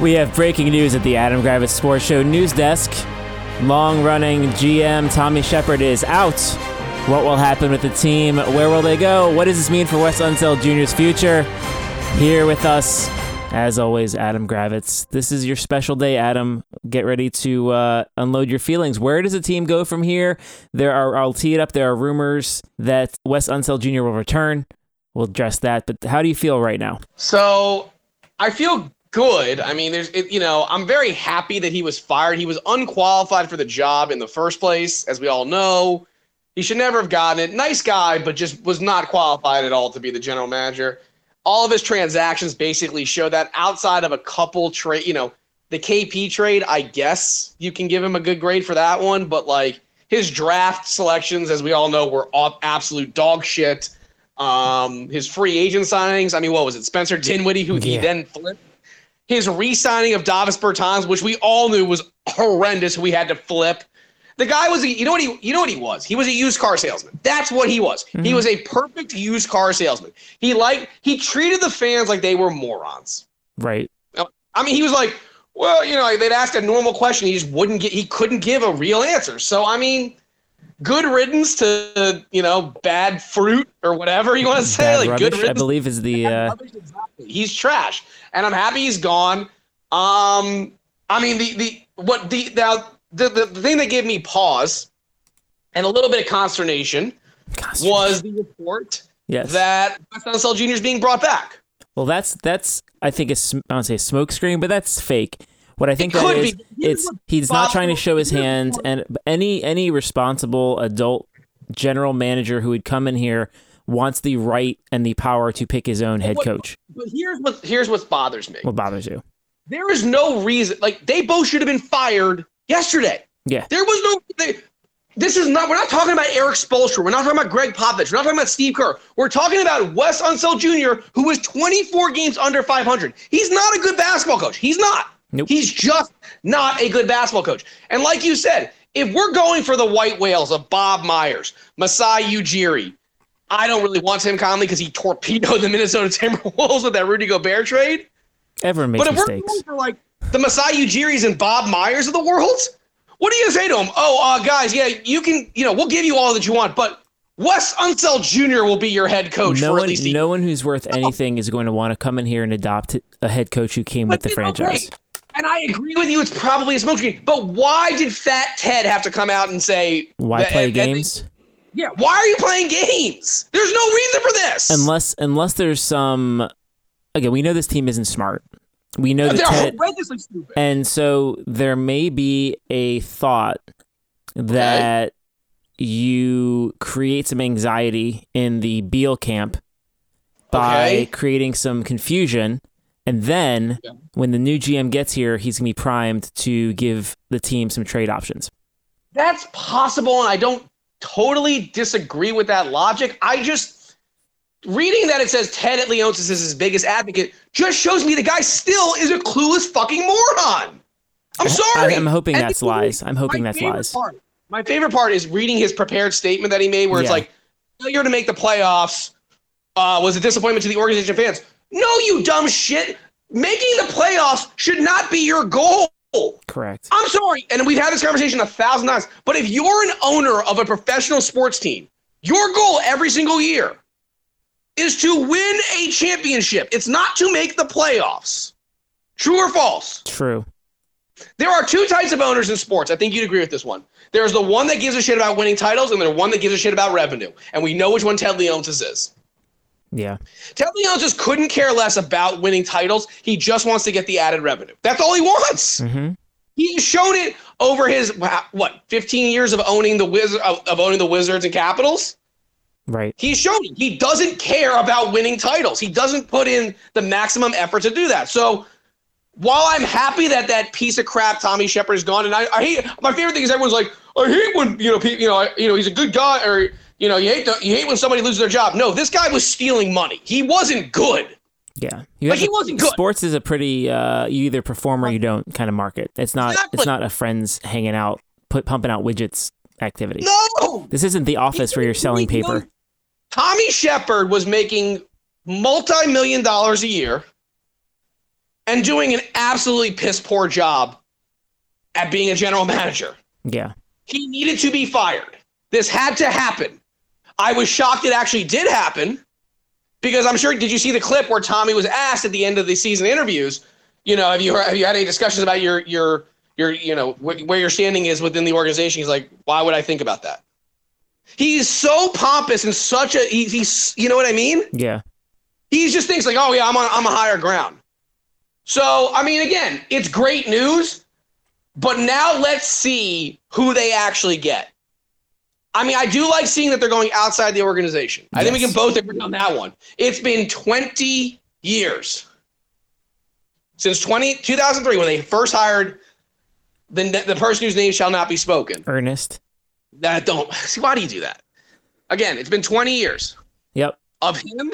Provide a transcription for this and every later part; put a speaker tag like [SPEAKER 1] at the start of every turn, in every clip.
[SPEAKER 1] We have breaking news at the Adam Gravitz Sports Show news desk. Long running GM Tommy Shepard is out. What will happen with the team? Where will they go? What does this mean for Wes Unseld Jr.'s future? Here with us, as always, Adam Gravitz. This is your special day, Adam. Get ready to uh, unload your feelings. Where does the team go from here? There are, I'll tee it up, there are rumors that Wes Unseld Jr. will return. We'll address that. But how do you feel right now?
[SPEAKER 2] So I feel good. I mean, there's, it, you know, I'm very happy that he was fired. He was unqualified for the job in the first place, as we all know. He should never have gotten it. Nice guy, but just was not qualified at all to be the general manager. All of his transactions basically show that outside of a couple trade, you know, the KP trade, I guess you can give him a good grade for that one, but like his draft selections, as we all know, were all absolute dog shit. Um, his free agent signings, I mean, what was it? Spencer Dinwiddie, who he
[SPEAKER 1] Yeah.
[SPEAKER 2] then flipped his re-signing of Davis Bertans, which we all knew was horrendous. We had to flip. The guy was a, you know what he you know what he was? He was a used car salesman. That's what he was.
[SPEAKER 1] Mm-hmm.
[SPEAKER 2] He was a perfect used car salesman. He like he treated the fans like they were morons.
[SPEAKER 1] Right.
[SPEAKER 2] I mean, he was like, well, you know, like, they'd ask a normal question, he just wouldn't get he couldn't give a real answer. So I mean, good riddance to, you know, bad fruit or whatever you want to say,
[SPEAKER 1] Bad
[SPEAKER 2] like
[SPEAKER 1] rubbish,
[SPEAKER 2] good
[SPEAKER 1] I
[SPEAKER 2] riddance
[SPEAKER 1] believe, is the. Uh,
[SPEAKER 2] Rubbish, exactly. He's trash, and I'm happy he's gone. Um, I mean the the what the now the, the the thing that gave me pause and a little bit of consternation was the report
[SPEAKER 1] yes.
[SPEAKER 2] that Wes Unseld Jr. is being brought back.
[SPEAKER 1] Well, that's that's I think a sm- I don't say smoke screen, but that's fake. What I think that
[SPEAKER 2] could
[SPEAKER 1] is,
[SPEAKER 2] be. Here's
[SPEAKER 1] it's
[SPEAKER 2] what
[SPEAKER 1] he's not
[SPEAKER 2] Bob-
[SPEAKER 1] trying to show his
[SPEAKER 2] here's
[SPEAKER 1] hand,
[SPEAKER 2] what-
[SPEAKER 1] and any any responsible adult general manager who would come in here wants the right and the power to pick his own head
[SPEAKER 2] What-
[SPEAKER 1] coach.
[SPEAKER 2] But here's what here's what bothers me.
[SPEAKER 1] What bothers you?
[SPEAKER 2] There is no reason like they both should have been fired yesterday.
[SPEAKER 1] Yeah.
[SPEAKER 2] There was no. They, this is not. We're not talking about Eric Spolstra. We're not talking about Greg Popovich. We're not talking about Steve Kerr. We're talking about Wes Unseld Jr., who was 24 games under 500. He's not a good basketball coach. He's not.
[SPEAKER 1] Nope.
[SPEAKER 2] He's just not a good basketball coach. And like you said, if we're going for the white whales of Bob Myers, Masai Ujiri, I don't really want Tim Conley because he torpedoed the Minnesota Timberwolves with that Rudy Gobert trade.
[SPEAKER 1] Everyone makes
[SPEAKER 2] But if we're
[SPEAKER 1] mistakes.
[SPEAKER 2] going for like the Masai Ujiri's and Bob Myers of the world, what do you say to them? Oh, uh, guys, yeah, you can, you know, we'll give you all that you want, but Wes Unseld Jr. will be your head coach
[SPEAKER 1] No
[SPEAKER 2] for
[SPEAKER 1] one,
[SPEAKER 2] at least a
[SPEAKER 1] no one who's
[SPEAKER 2] Oh.
[SPEAKER 1] worth anything is going to want to come in here and adopt a head coach who came with the
[SPEAKER 2] But you know,
[SPEAKER 1] franchise.
[SPEAKER 2] great. And I agree with you; it's probably a smoke screen. But why did Fat Ted have to come out and say?
[SPEAKER 1] Why
[SPEAKER 2] that-
[SPEAKER 1] play
[SPEAKER 2] and- and-
[SPEAKER 1] games?
[SPEAKER 2] yeah. Why are you playing games? There's no reason for this.
[SPEAKER 1] unless unless there's some again we know this team isn't smart we know that
[SPEAKER 2] they're
[SPEAKER 1] Ted,
[SPEAKER 2] horrendously stupid.
[SPEAKER 1] and so there may be a thought that you create some anxiety in the Beal camp by
[SPEAKER 2] Okay.
[SPEAKER 1] creating some confusion and then when the new GM gets here he's going to be primed to give the team some trade options
[SPEAKER 2] That's possible, and I don't totally disagree with that logic. I just reading that it says Ted at Leonsis is his biggest advocate just shows me the guy still is a clueless fucking moron. I'm sorry.
[SPEAKER 1] I, am hoping
[SPEAKER 2] And
[SPEAKER 1] that's
[SPEAKER 2] the-
[SPEAKER 1] lies I'm hoping
[SPEAKER 2] my
[SPEAKER 1] that's
[SPEAKER 2] favorite
[SPEAKER 1] lies
[SPEAKER 2] part- my favorite part is reading his prepared statement that he made, where it's
[SPEAKER 1] Yeah.
[SPEAKER 2] like failure to make the playoffs uh, was a disappointment to the organization fans. No, you dumb shit. Making the playoffs should not be your goal.
[SPEAKER 1] correct
[SPEAKER 2] I'm sorry, and we've had this conversation a thousand times, but if you're an owner of a professional sports team, your goal every single year is to win a championship. It's not to make the playoffs. True or false?
[SPEAKER 1] true
[SPEAKER 2] There are two types of owners in sports. I think you'd agree with this one. There's the one that gives a shit about winning titles, and there's one that gives a shit about revenue. And we know which one Ted Leontis is.
[SPEAKER 1] yeah
[SPEAKER 2] Ted Leontis couldn't care less about winning titles. He just wants to get the added revenue. That's all he wants.
[SPEAKER 1] hmm
[SPEAKER 2] He's shown it over his wow, what 15 years of owning the wizard of, of owning the Wizards and Capitals.
[SPEAKER 1] right
[SPEAKER 2] He's shown it. He doesn't care about winning titles. He doesn't put in the maximum effort to do that. So while I'm happy that that piece of crap Tommy Shepard is gone, and I, I hate my favorite thing is everyone's like, I hate when you know pe- you know I, you know he's a good guy or you know you hate the, you hate when somebody loses their job. No, this guy was stealing money. He wasn't good.
[SPEAKER 1] Yeah, you
[SPEAKER 2] Like,
[SPEAKER 1] have
[SPEAKER 2] he wasn't good.
[SPEAKER 1] Sports is a pretty uh, you either perform or you don't kind of market. It's not it's
[SPEAKER 2] Exactly.
[SPEAKER 1] not a friends hanging out, put pumping out widgets activity.
[SPEAKER 2] No,
[SPEAKER 1] This isn't the office where you're selling paper.
[SPEAKER 2] Tommy Shepard was making multi million dollars a year and doing an absolutely piss poor job at being a general manager.
[SPEAKER 1] Yeah.
[SPEAKER 2] He needed to be fired. This had to happen. I was shocked it actually did happen because I'm sure. Did you see the clip where Tommy was asked at the end of the season interviews? You know, have you have you had any discussions about your your your you know wh- where your standing is within the organization? He's like, why would I think about that? He's so pompous and such a he, he's you know what I mean.
[SPEAKER 1] Yeah.
[SPEAKER 2] He just thinks like, oh yeah, I'm on I'm a higher ground. So I mean, again, it's great news, but now let's see who they actually get. I mean, I do like seeing that they're going outside the organization. I think we
[SPEAKER 1] Yes.
[SPEAKER 2] can both agree on that one. It's been 20 years since 20, 2003 when they first hired the, the person whose name shall not be spoken.
[SPEAKER 1] Ernest.
[SPEAKER 2] That don't see why do you do that? Again, it's been 20 years
[SPEAKER 1] Yep.
[SPEAKER 2] of him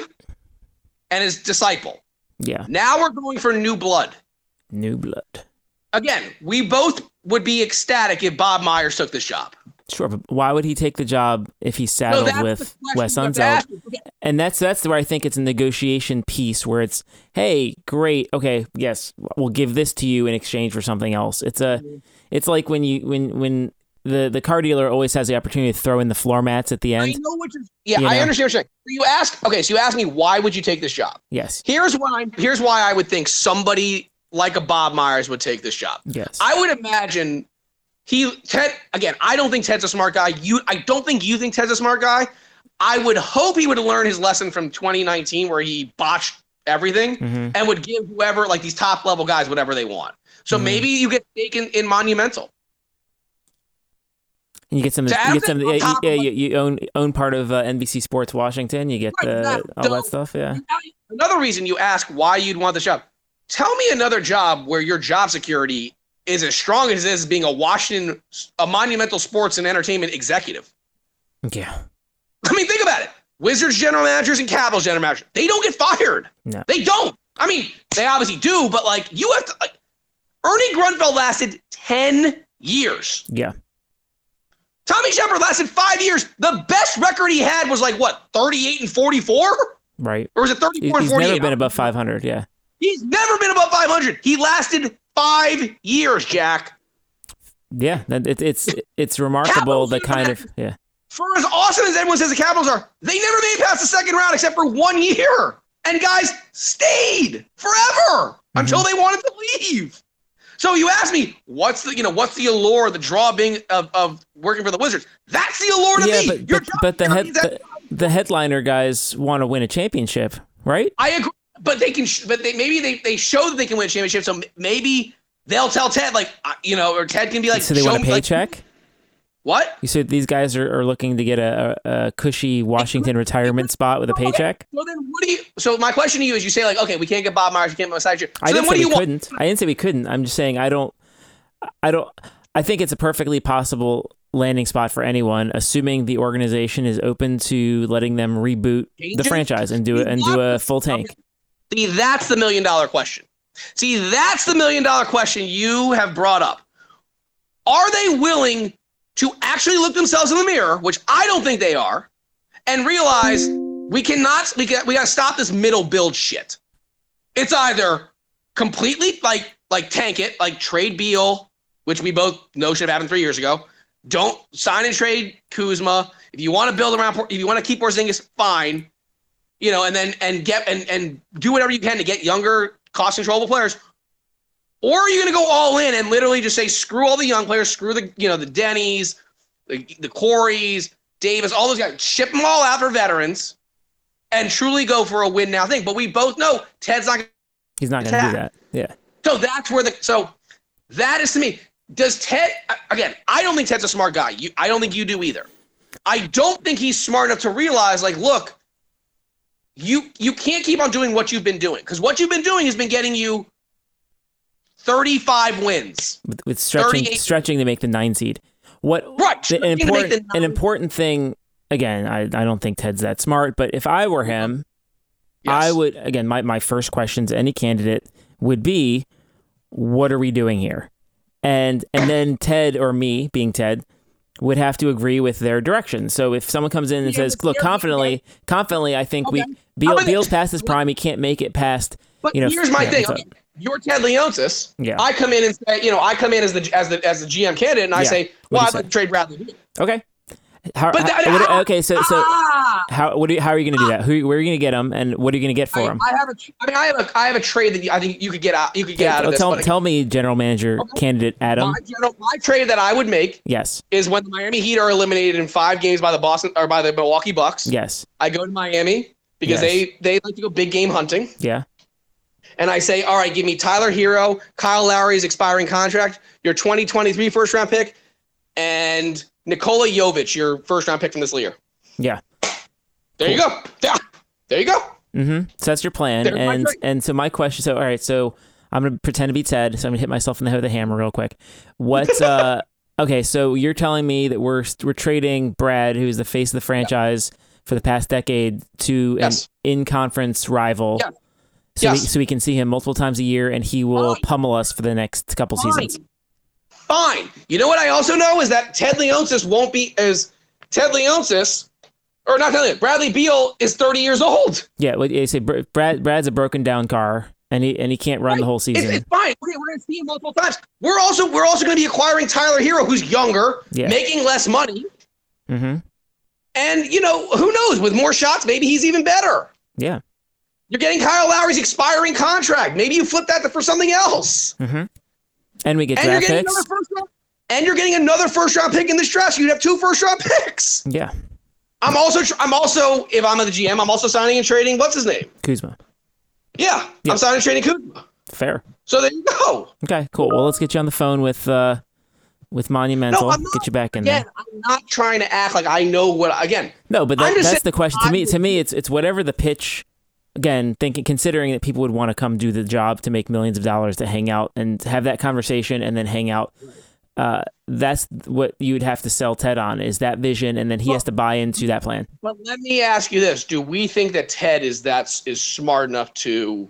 [SPEAKER 2] and his disciple.
[SPEAKER 1] Yeah.
[SPEAKER 2] Now we're going for new blood.
[SPEAKER 1] New blood.
[SPEAKER 2] Again, we both would be ecstatic if Bob Myers took this job.
[SPEAKER 1] Sure, but why would he take the job if he's
[SPEAKER 2] No,
[SPEAKER 1] saddled
[SPEAKER 2] that's
[SPEAKER 1] with
[SPEAKER 2] the
[SPEAKER 1] Wes
[SPEAKER 2] question you
[SPEAKER 1] Unseld?
[SPEAKER 2] have to ask.
[SPEAKER 1] And that's that's where I think it's a negotiation piece where it's, hey, great, okay, yes, we'll give this to you in exchange for something else. It's a,
[SPEAKER 2] Mm-hmm.
[SPEAKER 1] it's like when you when when the the car dealer always has the opportunity to throw in the floor mats at the
[SPEAKER 2] I
[SPEAKER 1] end.
[SPEAKER 2] know what you're. Yeah,
[SPEAKER 1] you
[SPEAKER 2] I
[SPEAKER 1] know?
[SPEAKER 2] understand what you're saying. So you ask. Okay, so you ask me why would you take this job?
[SPEAKER 1] Yes,
[SPEAKER 2] Here's why. Here's why I would think somebody like a Bob Myers would take this job.
[SPEAKER 1] yes,
[SPEAKER 2] I would imagine he Ted again. I don't think Ted's a smart guy. You, I don't think you think Ted's a smart guy. I would hope he would learn his lesson from 2019 where he botched everything
[SPEAKER 1] Mhm.
[SPEAKER 2] and would give whoever like these top level guys whatever they want. So
[SPEAKER 1] Mhm.
[SPEAKER 2] maybe you get taken in monumental.
[SPEAKER 1] and you get some,
[SPEAKER 2] to
[SPEAKER 1] you
[SPEAKER 2] have
[SPEAKER 1] get
[SPEAKER 2] it
[SPEAKER 1] some,
[SPEAKER 2] on
[SPEAKER 1] yeah, you,
[SPEAKER 2] top
[SPEAKER 1] yeah,
[SPEAKER 2] of-
[SPEAKER 1] you, you own own part of uh, NBC Sports Washington. You get
[SPEAKER 2] Right,
[SPEAKER 1] the,
[SPEAKER 2] exactly.
[SPEAKER 1] all that
[SPEAKER 2] So-
[SPEAKER 1] stuff. Yeah,
[SPEAKER 2] Another reason you ask why you'd want the job. Tell me another job where your job security is as strong as this being a Washington, a monumental sports and entertainment executive.
[SPEAKER 1] yeah,
[SPEAKER 2] I mean, think about it. Wizards general managers and Capitals general managers, they don't get fired.
[SPEAKER 1] No.
[SPEAKER 2] They don't. I mean, they obviously do, but like you have to. Like, Ernie Grunfeld lasted 10 years.
[SPEAKER 1] yeah,
[SPEAKER 2] Tommy Shepard lasted five years. The best record he had was like what, 38 and 44?
[SPEAKER 1] right.
[SPEAKER 2] Or was it
[SPEAKER 1] He-
[SPEAKER 2] 34 and
[SPEAKER 1] He's
[SPEAKER 2] 48?
[SPEAKER 1] never been above five hundred. Yeah,
[SPEAKER 2] He's never been above 500. He lasted five years, Jack.
[SPEAKER 1] yeah. that- It, it's it's remarkable the
[SPEAKER 2] Capitals
[SPEAKER 1] kind of yeah.
[SPEAKER 2] For as awesome as everyone says the Capitals are, they never made it past the second round except for one year. And guys stayed forever
[SPEAKER 1] Mm-hmm.
[SPEAKER 2] until they wanted to leave. So you ask me, what's the you know what's the allure, the draw being of, of working for the Wizards? That's the allure to
[SPEAKER 1] yeah,
[SPEAKER 2] me.
[SPEAKER 1] but,
[SPEAKER 2] Your
[SPEAKER 1] but,
[SPEAKER 2] job
[SPEAKER 1] but the, head,
[SPEAKER 2] security is that-
[SPEAKER 1] the the headliner guys want to win a championship, right?
[SPEAKER 2] I agree, but they can. sh- But they maybe they, they show that they can win a championship. So m- maybe they'll tell Ted like uh, you know, or Ted can be like,
[SPEAKER 1] so they
[SPEAKER 2] show
[SPEAKER 1] want a
[SPEAKER 2] me, like,
[SPEAKER 1] paycheck.
[SPEAKER 2] what?
[SPEAKER 1] you said these guys are, are looking to get a, a, a cushy Washington retirement spot with a paycheck.
[SPEAKER 2] So then, what do you? So my question to you is, you say like, okay, we can't get Bob Myers, we can't get Masai. So
[SPEAKER 1] I
[SPEAKER 2] then,
[SPEAKER 1] didn't
[SPEAKER 2] what
[SPEAKER 1] say
[SPEAKER 2] do
[SPEAKER 1] we
[SPEAKER 2] you want?
[SPEAKER 1] couldn't. I didn't say we couldn't. I'm just saying I don't. I don't. I think it's a perfectly possible landing spot for anyone, assuming the organization is open to letting them reboot the
[SPEAKER 2] Changes?
[SPEAKER 1] franchise and do it and do a full tank.
[SPEAKER 2] See, that's the million dollar question. See, that's the million dollar question you have brought up. Are they willing to actually look themselves in the mirror, which I don't think they are, and realize we cannot, we got, we got to stop this middle build shit. It's either completely like, like tank it, like trade Beal, which we both know should have happened three years ago. Don't sign and trade Kuzma. If you want to build around, Por- if you want to keep Porzingis, fine you know, and then and get and and do whatever you can to get younger, cost controllable players. Or are you going to go all in and literally just say screw all the young players, screw the you know the Denny's, the the Corey's, Davis, all those guys, ship them all out for veterans, and truly go for a win now thing. But we both know Ted's not. gonna-
[SPEAKER 1] He's not going to do that. Yeah.
[SPEAKER 2] So that's where the so that is to me. Does Ted again? I don't think Ted's a smart guy. You, I don't think you do either. I don't think he's smart enough to realize, like, look, you you can't keep on doing what you've been doing because what you've been doing has been getting you 35 wins.
[SPEAKER 1] with, with stretching
[SPEAKER 2] 38.
[SPEAKER 1] stretching to make the nine seed. What
[SPEAKER 2] Right,
[SPEAKER 1] the, an
[SPEAKER 2] stretching to make
[SPEAKER 1] important
[SPEAKER 2] the
[SPEAKER 1] an
[SPEAKER 2] nine.
[SPEAKER 1] important thing again. I, I don't think Ted's that smart, but if I were him, I
[SPEAKER 2] Uh-huh. Yes.
[SPEAKER 1] would again. My my first question to any candidate would be, "What are we doing here?" And and then Ted or me, being Ted, would have to agree with their direction. So if someone comes in and
[SPEAKER 2] Yeah,
[SPEAKER 1] says,
[SPEAKER 2] but
[SPEAKER 1] "Look,
[SPEAKER 2] here's-
[SPEAKER 1] confidently, confidently, I think we
[SPEAKER 2] Okay.
[SPEAKER 1] Beal,
[SPEAKER 2] many-
[SPEAKER 1] Beal's past his prime. He can't make it past."
[SPEAKER 2] But
[SPEAKER 1] you know,
[SPEAKER 2] here's my
[SPEAKER 1] yeah,
[SPEAKER 2] thing.
[SPEAKER 1] what's up?
[SPEAKER 2] okay. you're Ted Leonsis.
[SPEAKER 1] Yeah.
[SPEAKER 2] I come in and say, you know, I come in as the as the as the GM candidate, and I
[SPEAKER 1] Yeah.
[SPEAKER 2] say,
[SPEAKER 1] What do
[SPEAKER 2] well,
[SPEAKER 1] you
[SPEAKER 2] I'd
[SPEAKER 1] say?
[SPEAKER 2] like to trade Bradley. Beal.
[SPEAKER 1] Okay. How,
[SPEAKER 2] But that-
[SPEAKER 1] how- what-
[SPEAKER 2] ah!
[SPEAKER 1] okay, so so
[SPEAKER 2] Ah!
[SPEAKER 1] how what are you, how are you going to do that? Who where are you going to get him, and what are you going to get for
[SPEAKER 2] I,
[SPEAKER 1] him?
[SPEAKER 2] I have a, tr- I mean, I have a, I have a trade that I think you could get out, you could get out of
[SPEAKER 1] Oh,
[SPEAKER 2] this.
[SPEAKER 1] tell,
[SPEAKER 2] but
[SPEAKER 1] tell me, general manager candidate Adam.
[SPEAKER 2] my, general, my trade that I would make
[SPEAKER 1] Yes,
[SPEAKER 2] is when the Miami Heat are eliminated in five games by the Boston or by the Milwaukee Bucks.
[SPEAKER 1] yes,
[SPEAKER 2] I go to Miami because
[SPEAKER 1] Yes.
[SPEAKER 2] they they like to go big game hunting,
[SPEAKER 1] yeah,
[SPEAKER 2] and I say, all right, give me Tyler Hero, Kyle Lowry's expiring contract, your 2023 first round pick, and Nikola Jovic, your first round pick from this year.
[SPEAKER 1] yeah.
[SPEAKER 2] There you go. Yeah. There you go.
[SPEAKER 1] hmm So that's your plan.
[SPEAKER 2] There's my
[SPEAKER 1] and
[SPEAKER 2] drink.
[SPEAKER 1] and so my question. So all right. So I'm gonna pretend to be Ted. So I'm gonna hit myself in the head with a hammer real quick. What? uh Okay. So you're telling me that we're we're trading Brad, who's the face of the franchise for the past decade, to
[SPEAKER 2] Yes.
[SPEAKER 1] an in conference rival.
[SPEAKER 2] Yeah.
[SPEAKER 1] So, we,
[SPEAKER 2] Yes.
[SPEAKER 1] so we can see him multiple times a year, and he will
[SPEAKER 2] Fine.
[SPEAKER 1] pummel us for the next couple seasons.
[SPEAKER 2] Fine. You know what I also know is that Ted Leonsis won't be as Ted Leonsis, or not Ted Leonsis, Bradley Beal is 30 years old.
[SPEAKER 1] Yeah, what you say Br- Brad. Brad's a broken down car, and he and he can't run the whole
[SPEAKER 2] It's,
[SPEAKER 1] season.
[SPEAKER 2] it's fine. We're, we're gonna see him multiple times. We're also we're also gonna be acquiring Tyler Hero, who's younger,
[SPEAKER 1] Yeah.
[SPEAKER 2] making less money,
[SPEAKER 1] hmm
[SPEAKER 2] and you know who knows? With more shots, maybe he's even better.
[SPEAKER 1] Yeah.
[SPEAKER 2] You're getting Kyle Lowry's expiring contract. Maybe you flip that for something else.
[SPEAKER 1] hmm And we get
[SPEAKER 2] and you're
[SPEAKER 1] draft
[SPEAKER 2] getting
[SPEAKER 1] picks.
[SPEAKER 2] another first round. And you're getting another first round pick in this draft. So you'd have two first round picks.
[SPEAKER 1] yeah,
[SPEAKER 2] I'm also tr- I'm also if I'm the GM, I'm also signing and trading. What's his name?
[SPEAKER 1] Kuzma.
[SPEAKER 2] Yeah,
[SPEAKER 1] Yeah.
[SPEAKER 2] I'm signing and trading Kuzma.
[SPEAKER 1] Fair.
[SPEAKER 2] So there you go.
[SPEAKER 1] Okay, cool. Well, let's get you on the phone with uh with Monumental.
[SPEAKER 2] No, I'm not.
[SPEAKER 1] Get you back in
[SPEAKER 2] Again,
[SPEAKER 1] there.
[SPEAKER 2] I'm not trying to act like I know what. Again,
[SPEAKER 1] No, but
[SPEAKER 2] I'm
[SPEAKER 1] that, that's
[SPEAKER 2] just saying-
[SPEAKER 1] the question. To me,
[SPEAKER 2] I'm-
[SPEAKER 1] to me, it's it's whatever the pitch. Again, thinking considering that people would want to come do the job to make millions of dollars to hang out and have that conversation and then hang out. Uh, that's what you would have to sell Ted on is that vision, and then he has to buy into that plan.
[SPEAKER 2] but let me ask you this: Do we think that Ted is that's is smart enough to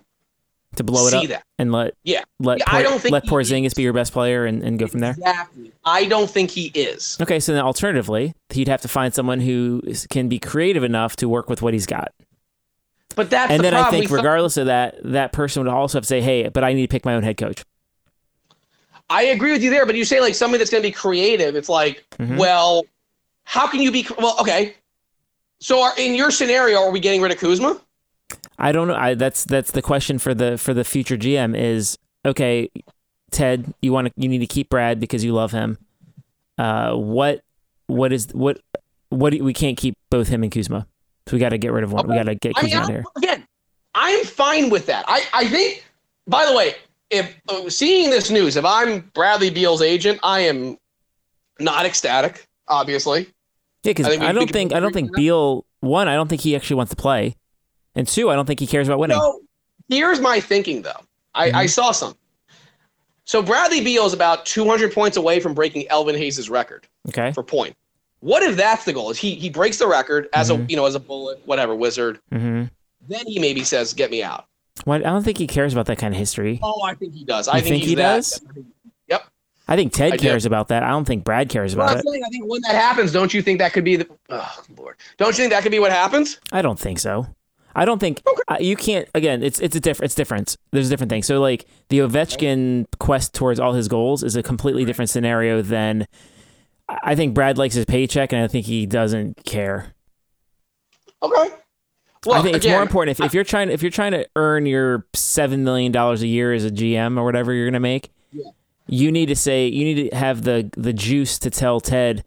[SPEAKER 1] to blow it
[SPEAKER 2] see
[SPEAKER 1] up
[SPEAKER 2] that?
[SPEAKER 1] and let
[SPEAKER 2] Yeah.
[SPEAKER 1] let
[SPEAKER 2] Yeah, I don't think
[SPEAKER 1] let
[SPEAKER 2] he
[SPEAKER 1] Porzingis be your best player and, and go from there.
[SPEAKER 2] Exactly. I don't think he is.
[SPEAKER 1] Okay, so then alternatively, he'd have to find someone who is- can be creative enough to work with what he's got.
[SPEAKER 2] But that's
[SPEAKER 1] and
[SPEAKER 2] the
[SPEAKER 1] then I
[SPEAKER 2] problem.
[SPEAKER 1] think,
[SPEAKER 2] We thought-
[SPEAKER 1] regardless of that, that person would also have to say, "Hey, but I need to pick my own head coach."
[SPEAKER 2] I agree with you there, but you say like somebody that's going to be creative. It's like,
[SPEAKER 1] Mhm.
[SPEAKER 2] well, how can you be? cr- Well, okay. So, are, in your scenario, are we getting rid of Kuzma?
[SPEAKER 1] I don't know. I, that's that's the question for the for the future GM is okay, Ted. You want to you need to keep Brad because you love him. Uh, what what is what what do- we can't keep both him and Kuzma. So we got to get rid of one. We
[SPEAKER 2] Okay.
[SPEAKER 1] got to get
[SPEAKER 2] I
[SPEAKER 1] Kuzma
[SPEAKER 2] mean,
[SPEAKER 1] out of
[SPEAKER 2] I'm,
[SPEAKER 1] here.
[SPEAKER 2] again, I'm fine with that. I, I think, by the way, if uh, seeing this news, if I'm Bradley Beal's agent, I am not ecstatic, obviously.
[SPEAKER 1] Yeah, because
[SPEAKER 2] I
[SPEAKER 1] I,
[SPEAKER 2] think we- we
[SPEAKER 1] don't
[SPEAKER 2] can
[SPEAKER 1] think I don't
[SPEAKER 2] agree
[SPEAKER 1] think
[SPEAKER 2] on that.
[SPEAKER 1] Beal one. I don't think he actually wants to play, and two, I don't think he cares about winning.
[SPEAKER 2] So, here's my thinking, though. I,
[SPEAKER 1] Mm-hmm.
[SPEAKER 2] I saw some. So, Bradley Beal is about 200 points away from breaking Elvin Hayes' record.
[SPEAKER 1] Okay.
[SPEAKER 2] for point. What if that's the goal? Is he he breaks the record as a
[SPEAKER 1] Mhm.
[SPEAKER 2] you know as a bullet whatever wizard?
[SPEAKER 1] Mm-hmm.
[SPEAKER 2] Then he maybe says, "Get me out."
[SPEAKER 1] Well, I don't think he cares about that kind of history.
[SPEAKER 2] Oh, I think he does. I
[SPEAKER 1] You
[SPEAKER 2] think,
[SPEAKER 1] think
[SPEAKER 2] he's
[SPEAKER 1] he
[SPEAKER 2] that.
[SPEAKER 1] does?
[SPEAKER 2] Yep.
[SPEAKER 1] I think Ted
[SPEAKER 2] I do.
[SPEAKER 1] cares about that. I don't think Brad cares
[SPEAKER 2] Well,
[SPEAKER 1] about
[SPEAKER 2] I'm
[SPEAKER 1] it.
[SPEAKER 2] saying I think when that happens, don't you think that could be the? Oh Lord, don't you think that could be what happens?
[SPEAKER 1] I don't think so. I don't think uh, you can't. Again, it's it's a different. It's different. There's a different thing. So like the Ovechkin quest towards all his goals is a completely different scenario than. I I think Brad likes his paycheck, and I think he doesn't care.
[SPEAKER 2] Okay. Well,
[SPEAKER 1] I think it's
[SPEAKER 2] again,
[SPEAKER 1] more important if, if you're trying if you're trying to earn your seven million dollars a year as a GM or whatever you're gonna make,
[SPEAKER 2] Yeah.
[SPEAKER 1] you need to say you need to have the the juice to tell Ted,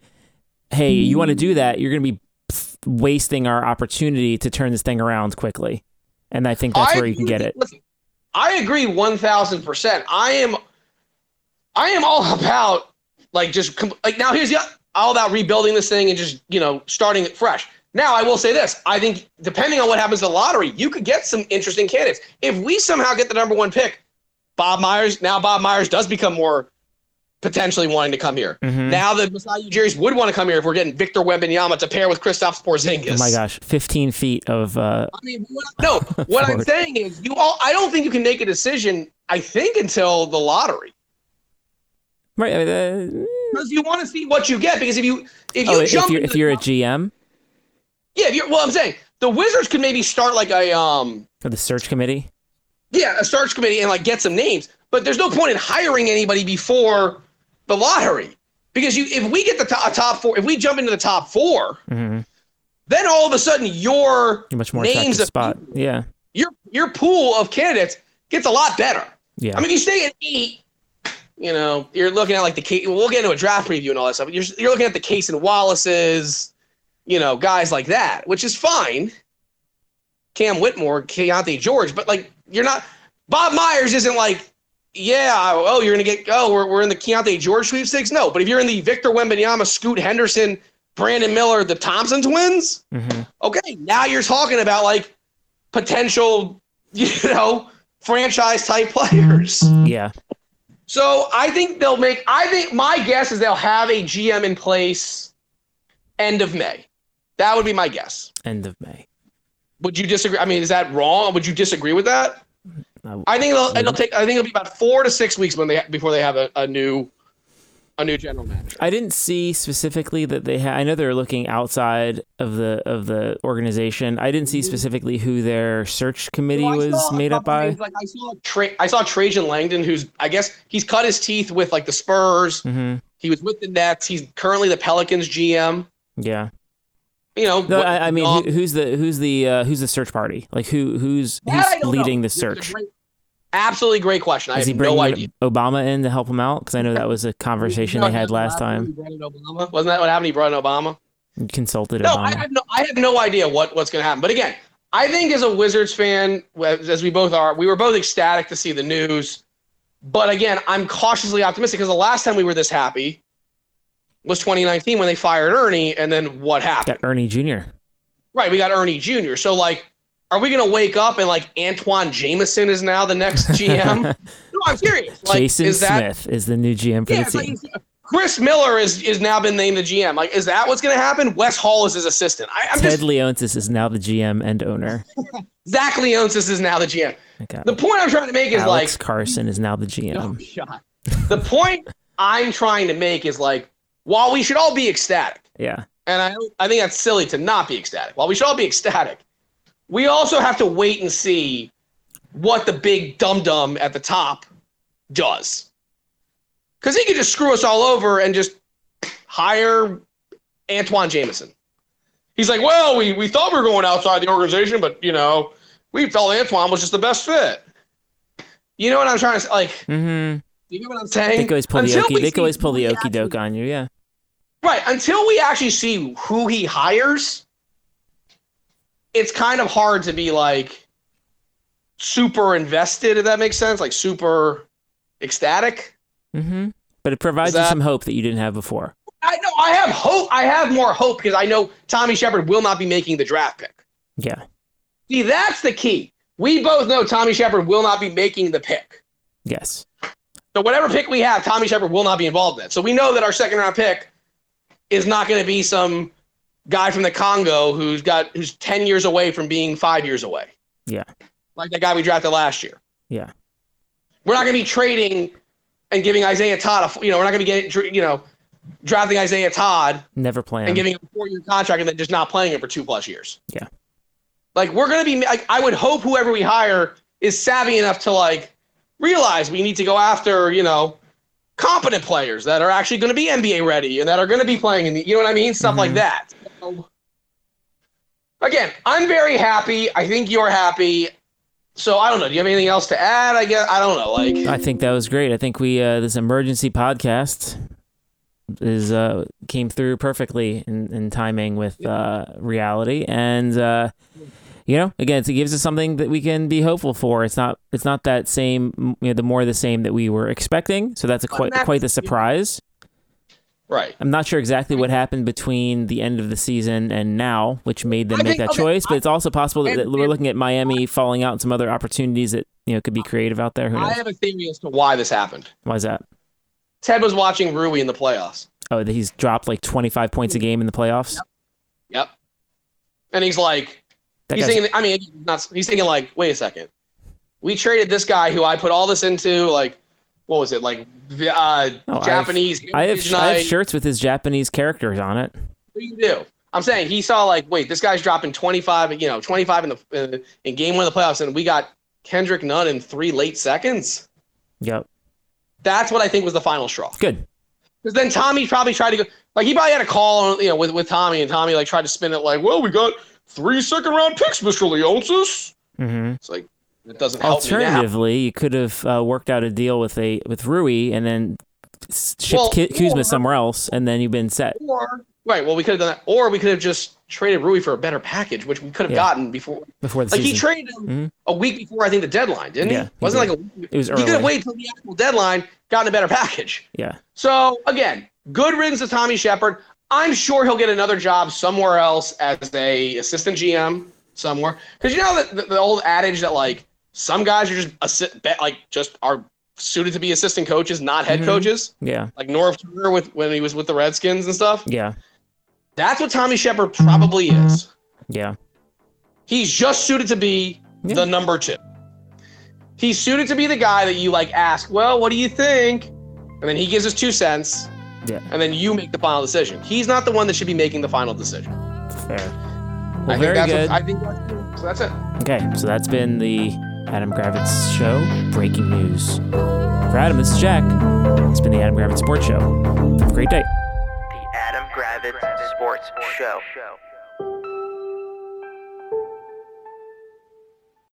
[SPEAKER 1] hey, you want to do that, you're gonna be pff, wasting our opportunity to turn this thing around quickly, and I think that's
[SPEAKER 2] I
[SPEAKER 1] where you can
[SPEAKER 2] agree
[SPEAKER 1] get
[SPEAKER 2] with
[SPEAKER 1] it.
[SPEAKER 2] Listen, I agree one thousand percent. I am, I am all about like just com- like now. Here's the all about rebuilding this thing and just you know starting it fresh. Now I will say this: I think depending on what happens to the lottery, you could get some interesting candidates. If we somehow get the number one pick, Bob Myers. Now Bob Myers does become more potentially wanting to come here.
[SPEAKER 1] Mhm.
[SPEAKER 2] Now the Masai Ujiri's would want to come here if we're getting Victor Wembanyama to pair with Kristaps Porzingis.
[SPEAKER 1] Oh my gosh, 15 feet of uh,
[SPEAKER 2] I mean, what, no. What I'm
[SPEAKER 1] Forward.
[SPEAKER 2] saying is, you all. I don't think you can make a decision. I think until the lottery,
[SPEAKER 1] right. Uh,
[SPEAKER 2] because you want to see what you get. Because if you if you
[SPEAKER 1] oh, if
[SPEAKER 2] jump,
[SPEAKER 1] you're
[SPEAKER 2] into
[SPEAKER 1] if
[SPEAKER 2] the-
[SPEAKER 1] you're a GM
[SPEAKER 2] yeah, if you're, well, I'm saying the Wizards could maybe start like a um
[SPEAKER 1] or the search committee,
[SPEAKER 2] yeah, a search committee and like get some names. But there's no point in hiring anybody before the lottery because you if we get the top, top four, if we jump into the top 4 then all of a sudden your
[SPEAKER 1] A much more
[SPEAKER 2] names
[SPEAKER 1] attractive
[SPEAKER 2] of
[SPEAKER 1] spot. Yeah.
[SPEAKER 2] your your pool of candidates gets a lot better.
[SPEAKER 1] Yeah.
[SPEAKER 2] I mean, if you stay at eight, you know, you're looking at like the case. We'll get into a draft preview and all that stuff. But you're you're looking at the Case and Wallace's, you know, guys like that, which is fine. Cam Whitmore, Keontae George, but like you're not. Bob Myers isn't like, yeah, oh, you're gonna get. Oh, we're we're in the Keontae George sweepstakes. No, but if you're in the Victor Wembanyama, Scoot Henderson, Brandon Miller, the Thompson twins
[SPEAKER 1] Mhm.
[SPEAKER 2] okay, now you're talking about like potential, you know, franchise type players.
[SPEAKER 1] Yeah.
[SPEAKER 2] So I think they'll make, I think my guess is they'll have a GM in place end of May. That would be my guess.
[SPEAKER 1] End of May.
[SPEAKER 2] Would you disagree? I mean, is that wrong? Would you disagree with that?
[SPEAKER 1] I-
[SPEAKER 2] I think it'll, it'll take, I think it'll be about four to six weeks when they, before they have a, a new, a new general manager.
[SPEAKER 1] I didn't see specifically that they had. I know they're looking outside of the of the organization. I didn't see specifically who their search committee
[SPEAKER 2] Well, Mm-hmm. I
[SPEAKER 1] was
[SPEAKER 2] saw a
[SPEAKER 1] made up
[SPEAKER 2] couple
[SPEAKER 1] by.
[SPEAKER 2] names, Like I saw, Tra- I saw Trajan Langdon, who's I guess he's cut his teeth with like the Spurs.
[SPEAKER 1] hmm
[SPEAKER 2] He was with the Nets. He's currently the Pelicans GM.
[SPEAKER 1] Yeah.
[SPEAKER 2] You know,
[SPEAKER 1] No,
[SPEAKER 2] what-
[SPEAKER 1] I, I mean,
[SPEAKER 2] um,
[SPEAKER 1] who, who's the who's the uh, who's the search party? Like who who's
[SPEAKER 2] that I
[SPEAKER 1] who's
[SPEAKER 2] don't
[SPEAKER 1] leading the
[SPEAKER 2] know. This is a
[SPEAKER 1] search?
[SPEAKER 2] great- absolutely great question. I
[SPEAKER 1] Is
[SPEAKER 2] have
[SPEAKER 1] he
[SPEAKER 2] no
[SPEAKER 1] bringing
[SPEAKER 2] idea.
[SPEAKER 1] Obama in to help him out? Because I know that was a conversation
[SPEAKER 2] No,
[SPEAKER 1] they had
[SPEAKER 2] that's what
[SPEAKER 1] last
[SPEAKER 2] happened. He
[SPEAKER 1] time.
[SPEAKER 2] brought in Obama. Wasn't that what happened? He brought in Obama.
[SPEAKER 1] Consulted
[SPEAKER 2] No,
[SPEAKER 1] Obama.
[SPEAKER 2] I have no, I have no idea what, what's going to happen. But again, I think as a Wizards fan, as we both are, we were both ecstatic to see the news. But again, I'm cautiously optimistic because the last time we were this happy was 2019 when they fired Ernie, and then what happened?
[SPEAKER 1] Got Ernie Jr.
[SPEAKER 2] Right, we got Ernie Jr. So like, are we gonna wake up and like Antoine Jameson is now the next GM? no, I'm serious. Like,
[SPEAKER 1] Jason
[SPEAKER 2] is that
[SPEAKER 1] Smith is the new GM for
[SPEAKER 2] yeah?
[SPEAKER 1] the
[SPEAKER 2] it's like-
[SPEAKER 1] team.
[SPEAKER 2] Chris Miller is is now been named the GM. Like, is that what's gonna happen? Wes Hall is his assistant. I, I'm
[SPEAKER 1] Ted
[SPEAKER 2] just
[SPEAKER 1] Leontis is now the GM and owner.
[SPEAKER 2] Zach Leonsis is now the GM.
[SPEAKER 1] Okay.
[SPEAKER 2] The point I'm trying to make is
[SPEAKER 1] Alex
[SPEAKER 2] like
[SPEAKER 1] Carson is now the GM.
[SPEAKER 2] Oh, God. the point I'm trying to make is like while we should all be ecstatic,
[SPEAKER 1] Yeah.
[SPEAKER 2] and I don't- I think that's silly to not be ecstatic. While we should all be ecstatic, we also have to wait and see what the big dum dum at the top does, because he could just screw us all over and just hire Antoine Jameson. He's like, well, we, we thought we were going outside the organization, but you know, we felt Antoine was just the best fit. You know what I'm trying to say? Like,
[SPEAKER 1] Mm-hmm.
[SPEAKER 2] you know what I'm saying?
[SPEAKER 1] They could always pull the
[SPEAKER 2] Until
[SPEAKER 1] okey.
[SPEAKER 2] we
[SPEAKER 1] They could
[SPEAKER 2] see
[SPEAKER 1] always pull
[SPEAKER 2] who
[SPEAKER 1] the
[SPEAKER 2] he
[SPEAKER 1] okey
[SPEAKER 2] actually
[SPEAKER 1] doke on you. Yeah.
[SPEAKER 2] Right. Until we actually see who he hires, it's kind of hard to be like super invested, if that makes sense, like super ecstatic.
[SPEAKER 1] Mm-hmm. But it provides you
[SPEAKER 2] that-
[SPEAKER 1] some hope that you didn't have before.
[SPEAKER 2] I know I have hope. I have more hope because I know Tommy Shepard will not be making the draft pick.
[SPEAKER 1] Yeah.
[SPEAKER 2] See, that's the key. We both know Tommy Shepard will not be making the pick.
[SPEAKER 1] Yes.
[SPEAKER 2] So whatever pick we have, Tommy Shepard will not be involved in that. So we know that our second round pick is not going to be some guy from the Congo who's got who's ten years away from being five years away.
[SPEAKER 1] Yeah.
[SPEAKER 2] like that guy we drafted last year.
[SPEAKER 1] Yeah.
[SPEAKER 2] We're not going to be trading and giving Isaiah Todd. A, f- you know, we're not going to be getting you know drafting Isaiah Todd
[SPEAKER 1] Never planned.
[SPEAKER 2] and giving him a four year contract and then just not playing him for two plus years.
[SPEAKER 1] Yeah.
[SPEAKER 2] Like we're gonna be like I would hope whoever we hire is savvy enough to like realize we need to go after, you know, competent players that are actually gonna be NBA ready and that are gonna be playing in the you know what I mean? Stuff like
[SPEAKER 1] Mhm.
[SPEAKER 2] that. So, again, I'm very happy. I think you're happy. So I don't know. Do you have anything else to add? I guess I don't know. Like
[SPEAKER 1] I think that was great. I think we uh, this emergency podcast is uh, came through perfectly in, in timing with uh, reality, and uh, you know, again, it's- it gives us something that we can be hopeful for. It's not it's not that same, you know, the more of the same that we were expecting. So that's a quite
[SPEAKER 2] that's-
[SPEAKER 1] quite the surprise.
[SPEAKER 2] right.
[SPEAKER 1] I'm not sure exactly what happened between the end of the season and now, which made them
[SPEAKER 2] I
[SPEAKER 1] make
[SPEAKER 2] think-
[SPEAKER 1] that
[SPEAKER 2] okay,
[SPEAKER 1] choice. But it's also possible that,
[SPEAKER 2] and-
[SPEAKER 1] that we're looking at Miami falling out and some other opportunities that you know could be creative out there. Who
[SPEAKER 2] I
[SPEAKER 1] knows?
[SPEAKER 2] have a theory as to why this happened.
[SPEAKER 1] Why is that?
[SPEAKER 2] Ted was watching Rui in the playoffs.
[SPEAKER 1] Oh, that he's dropped like 25 points a game in the playoffs.
[SPEAKER 2] Yep. And he's like,
[SPEAKER 1] That
[SPEAKER 2] he's
[SPEAKER 1] guy's
[SPEAKER 2] thinking. I mean, not he's thinking like, wait a second, we traded this guy who I put all this into, like, what was it, like, v- uh,
[SPEAKER 1] Oh, I have-
[SPEAKER 2] Japanese?
[SPEAKER 1] I have,
[SPEAKER 2] Heritage
[SPEAKER 1] I have
[SPEAKER 2] Night.
[SPEAKER 1] shirts with his Japanese characters on it.
[SPEAKER 2] What do you do? I'm saying he saw like, wait, this guy's dropping 25, you know, 25 in the uh, in game one of the playoffs, and we got Kendrick Nunn in three late seconds.
[SPEAKER 1] Yep.
[SPEAKER 2] That's what I think was the final straw.
[SPEAKER 1] Good.
[SPEAKER 2] Because then Tommy probably tried to go like he probably had a call on, you know with, with Tommy and Tommy like tried to spin it like, well, we got three second round picks, Mr. Leonsis.
[SPEAKER 1] Mm-hmm.
[SPEAKER 2] It's like it doesn't help me now.
[SPEAKER 1] Alternatively, you could have uh, worked out a deal with a with Rui and then s- shipped
[SPEAKER 2] Well,
[SPEAKER 1] Ki- Kuzma
[SPEAKER 2] or-
[SPEAKER 1] somewhere else, and then you've been set.
[SPEAKER 2] Or right, well we could have done that. Or we could have just traded Rui for a better package, which we could have
[SPEAKER 1] Yeah.
[SPEAKER 2] gotten before
[SPEAKER 1] before the
[SPEAKER 2] like he
[SPEAKER 1] season. Mm-hmm.
[SPEAKER 2] traded him a week before I think the deadline, didn't
[SPEAKER 1] Yeah,
[SPEAKER 2] he?
[SPEAKER 1] he
[SPEAKER 2] Wasn't
[SPEAKER 1] did.
[SPEAKER 2] like a week.
[SPEAKER 1] It was
[SPEAKER 2] He could have
[SPEAKER 1] early.
[SPEAKER 2] waited till the actual deadline, gotten a better package.
[SPEAKER 1] yeah,
[SPEAKER 2] So again, good riddance to Tommy Shepard. I'm sure he'll get another job somewhere else as a assistant GM somewhere. Because you know that the, the old adage that like some guys are just assi- be- like just are suited to be assistant coaches, not head
[SPEAKER 1] Mhm.
[SPEAKER 2] coaches.
[SPEAKER 1] yeah,
[SPEAKER 2] Like Norv Turner with when he was with the Redskins and stuff.
[SPEAKER 1] yeah,
[SPEAKER 2] That's what Tommy Shepard probably is.
[SPEAKER 1] yeah.
[SPEAKER 2] He's just suited to be
[SPEAKER 1] Yeah.
[SPEAKER 2] the number two. He's suited to be the guy that you like ask, well, what do you think? And then he gives us two cents.
[SPEAKER 1] Yeah.
[SPEAKER 2] And then you make the final decision. He's not the one that should be making the final decision.
[SPEAKER 1] Fair. Well,
[SPEAKER 2] I
[SPEAKER 1] very
[SPEAKER 2] think that's
[SPEAKER 1] good.
[SPEAKER 2] What, I think that's, so that's it.
[SPEAKER 1] Okay, so that's been the Adam Gravitz Show breaking news. For Adam, this is Jack. It's been the Adam Gravitz Sports Show. Have a great day.
[SPEAKER 3] The Adam Gravitz Sports Show.